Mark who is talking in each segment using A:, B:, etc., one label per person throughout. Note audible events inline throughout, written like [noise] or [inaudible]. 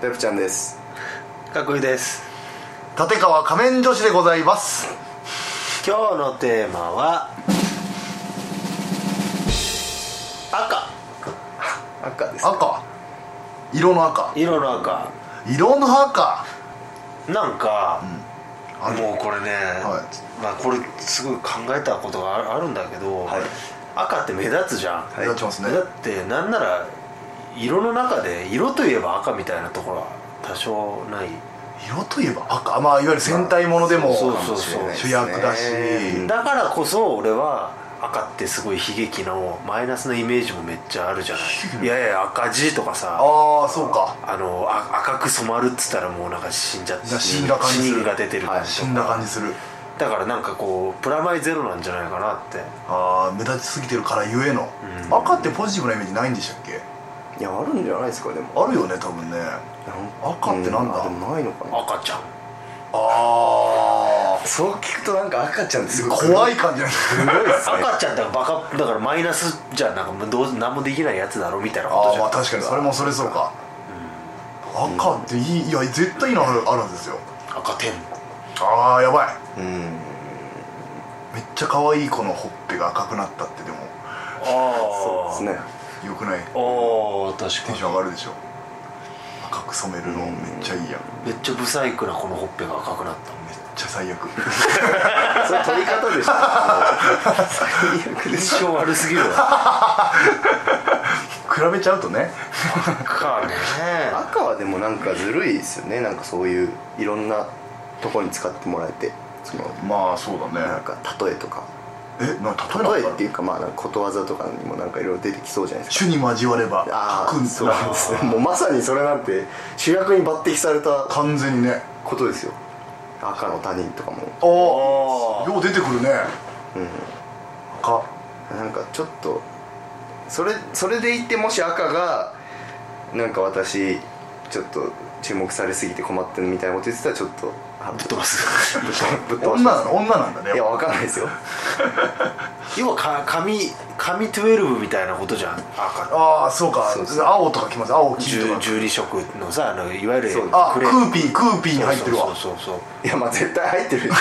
A: ペプちゃんです
B: かっこいいです
C: 立川仮面女子でございます
B: 今日のテーマは赤
A: 赤です
C: 赤色の赤
B: 色の赤
C: 色の赤
B: なんか、
C: ある
B: もうこれね、
C: は
B: まあこれすごい考えたことがあるあるんだけど、
A: はい
B: 赤って目立つじゃん、
A: い
C: 目立ちますね
B: だってなんなら色の中で色といえば赤みたいなところは多少ない
C: 色といえば赤まあいわゆる戦隊ものでも
B: そうそうそう
C: 主役だし
A: うん
B: だからこそ俺は赤ってすごい悲劇のマイナスのイメージもめっちゃあるじゃないいやいや赤字とかさ
C: ああそうか
B: あのあ赤く染まるっつったらもうなんか死んじゃって
C: だ死んだ感じする
B: 死人が出てる、
A: はい
C: 死んだ感じする
B: だからなんかこうプラマイゼロなんじゃないかなって
C: あー目立ちすぎてるからゆえの、
B: うん
C: 赤ってポジティブなイメージないんでしたっけ
A: いやあるんじゃないですかでも
C: あるよね多分ね赤ってなんだ
A: うあでもないのかな
B: 赤ちゃん [laughs]
C: ああ
A: そう聞くとなんか赤ちゃんってすごい
C: 怖い感じなんですね
B: 赤ちゃんだからバカだからマイナスじゃんなんかもうどう何もできないやつだろみたいなこと
C: ああ
B: じゃん
C: まあ確かにそれもそれそうか、赤っていいいや絶対いいのあるあるんですよ
B: 赤天
C: ああやばい
A: うん
C: めっちゃ可愛い子のほっぺが赤くなったってでも
B: ああ
A: そうですね
C: よくない
B: ああ確
C: テ
B: か
C: ン
B: に
C: ション上がるでしょ赤く染めるのめっちゃいいやん
B: めっちゃブサイクなこのほっぺが赤くなった
C: めっちゃ最悪
A: それ取り方でしょ最悪です
B: 印象悪すぎるわ
C: 比べちゃうとね
B: 赤ね
A: 赤はでもなんかずるいですよねなんかそういういろんなとこに使ってもらえてその
C: まあそう
A: な
C: だ
A: ん
C: ね
A: か例えとか
C: えな例えな
A: 例
C: ん
A: え
C: か
A: っていうかまあなんかことわざとかにもなんかいろいろ出てきそうじゃないですか
C: 種に交われば
A: あ
C: 書くん
A: あそうなんですねもうまさにそれなんて主役に抜擢された
C: 完全にね
A: ことですよ赤の他人とかも
C: ああよう出てくるね赤
A: なんかちょっとそれそれでいてもし赤がなんか私ちょっと注目されすぎて困ってるみたいなこと言ってたらちょっとあぶっ飛ばす [laughs] ぶっ飛ば
C: 女
A: しま
C: なの女なんだね
A: すいやわかんないですよ
B: 要はか紙紙12みたいなことじゃん赤
C: ああそうか
A: そうそう
C: 青とかきます青黄と
B: 十
C: か
B: 十二色のさあのいわゆる
A: そう
C: あ
B: ク
C: ク
B: レ
C: ーピークーピーに入ってるわ
B: そうそうそうそう
A: いやまあ絶対入 [laughs] ってる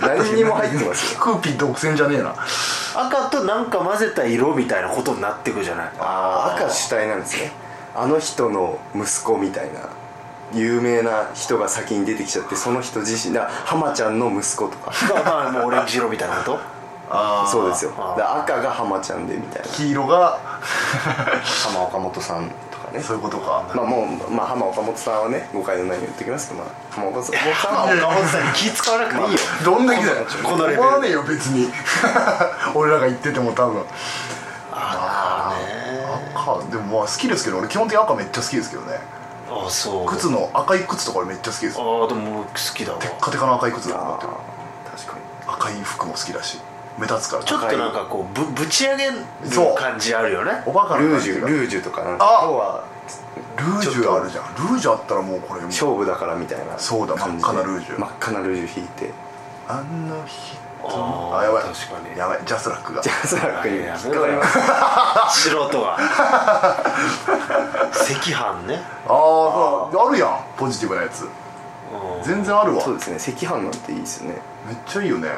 A: 何にも入ってますよ
C: クーピー独占じゃねえな
B: 赤となんか混ぜた色みたいなことになってくじゃない
A: あ赤主体なんですねあの人の息子みたいな有名な人が先に出てきちゃってその人自身だ浜ちゃんの息子とか
B: がまあもうオレンジ色みたいなこと
C: あ
A: そうですよだ
B: あー
A: から赤が浜ちゃんでみたいな
C: 黄色が
A: 浜岡本さんとかね
C: そういうことか
A: まあもう、まあ、浜岡本さんはね誤解のないように言っておきますけど、まあ、浜岡本さん
B: あ
A: 浜岡
B: 岡本さんに気使わなくていいよ
C: どんだけだよ
B: このレベル
C: 思わねえよ別に [laughs] 俺らが言ってても多分赤でもまあ好きですけど俺基本的に赤めっちゃ好きですけどね
B: あそう
C: 靴の赤い靴とか俺めっちゃ好きですテ
B: ああでも好きだわ
C: ッカテカの赤い靴だと思ってる
A: ああ確かに
C: 赤い服も好きだし目立つから
B: ちょっとなんかこうぶぶち上げる
C: そう
B: 感じあるよね
C: おバカな
A: ルー
C: 感
A: ジ
C: じ
A: ュ
C: ル
A: ルージュとかなん
C: あ
A: か今日は
C: ージュあるじゃんルージュあったらもうこれもう
A: 勝負だからみたいな
C: そうだ
A: 感じで
C: 真っ赤なルージュ
A: 真っ赤なルージュ引いて
C: あの日
B: あー
C: あやばい
B: 確かに
C: やばいジャスラックが
A: ジャスラックに引っ
B: や
A: かかります
C: [laughs]
B: 素人が赤飯ね
C: あーああるやんポジティブなやつ
B: うん
C: 全然あるわ
A: そうですね赤飯なんていいですね
C: めっちゃいいよね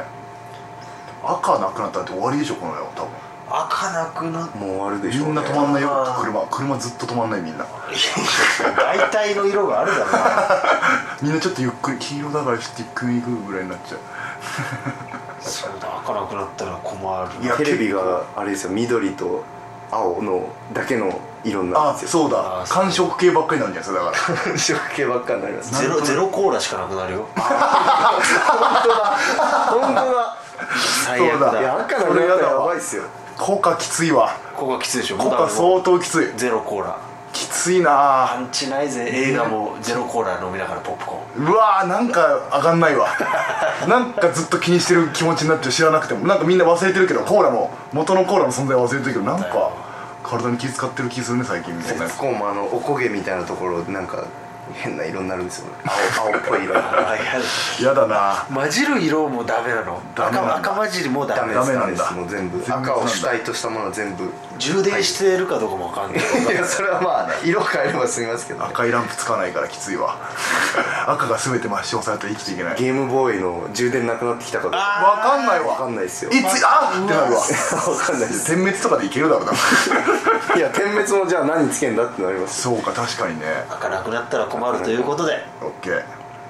C: 赤なくなったら終わりでしょこの世多分
B: 赤なくなっ
A: もう終わるでしょう、
C: み
A: ね、
C: んな止まんないよ
B: あー
C: 車車ずっと止まんないみんな [laughs]
B: 大体の色があるだろうな
C: みんなちょっとゆっくり黄色だからちょっとゆっくり行くぐらいになっちゃう
B: そうだ赤なくなったら困る
C: いや
A: テレビがあれですよ緑と青のだけの色になるん [laughs]
C: あ
A: ですよ
C: そうだ
B: あーそう
C: 寒色系ばっかりなんじゃないですかだか
A: [laughs]
C: ら
A: 寒色系ばっかになります
B: ゼロゼロコーラしかなくなる
C: [laughs]
B: よ
A: 本当だ
B: 最悪だ
C: そう
A: いや赤の色がやばいっすよ
C: コカきついわ
B: ここがきついでしょ
C: コカ
B: もう
C: 相当きつい
B: ゼロコーラ
C: きついな
B: パ
C: あ
B: ンチないぜ映画もゼロコーラ飲みながらポップコーン
C: うわーなんか上がんないわなんかずっと気にしてる気持ちになっちゃう知らなくてもなんかみんな忘れてるけどコーラの元のコーラの存在は忘れてるけどなんか体に気使ってる気するね最近みたいな
A: コンもあのおこげみたいなところなんか変な色になるんですよね青青っぽい [laughs] 色になる
B: あや
C: やだな
B: [laughs] だ混じる色もダメなの
C: ダメなんだ
B: 赤赤混じりもダ
A: ダ
B: メ
A: メです
C: ダメ
A: ダ
C: なん
A: メ
C: だ
A: ですもう全部
C: 全部
A: 赤を主体としたものは全部
B: 充電してるかどうかもわかんない
A: いやそれはまあ色変えれば済みますけど、ね、
C: 赤いランプつかないからきつい
A: [laughs]
C: わ赤が全て抹消されて生きていけない
A: ゲームボーイの充電なくなってきたかどうか
C: わかんない
A: わ
C: わ
A: かんないですよ
C: いつあってなるわ
A: わかんないです
C: 点滅とかでいけるだ
A: [laughs]
C: ろうな
A: いや点滅もじゃあ何つけんだってなります
C: そうか確かにね
B: 赤なくなったら困るということで
C: オッケー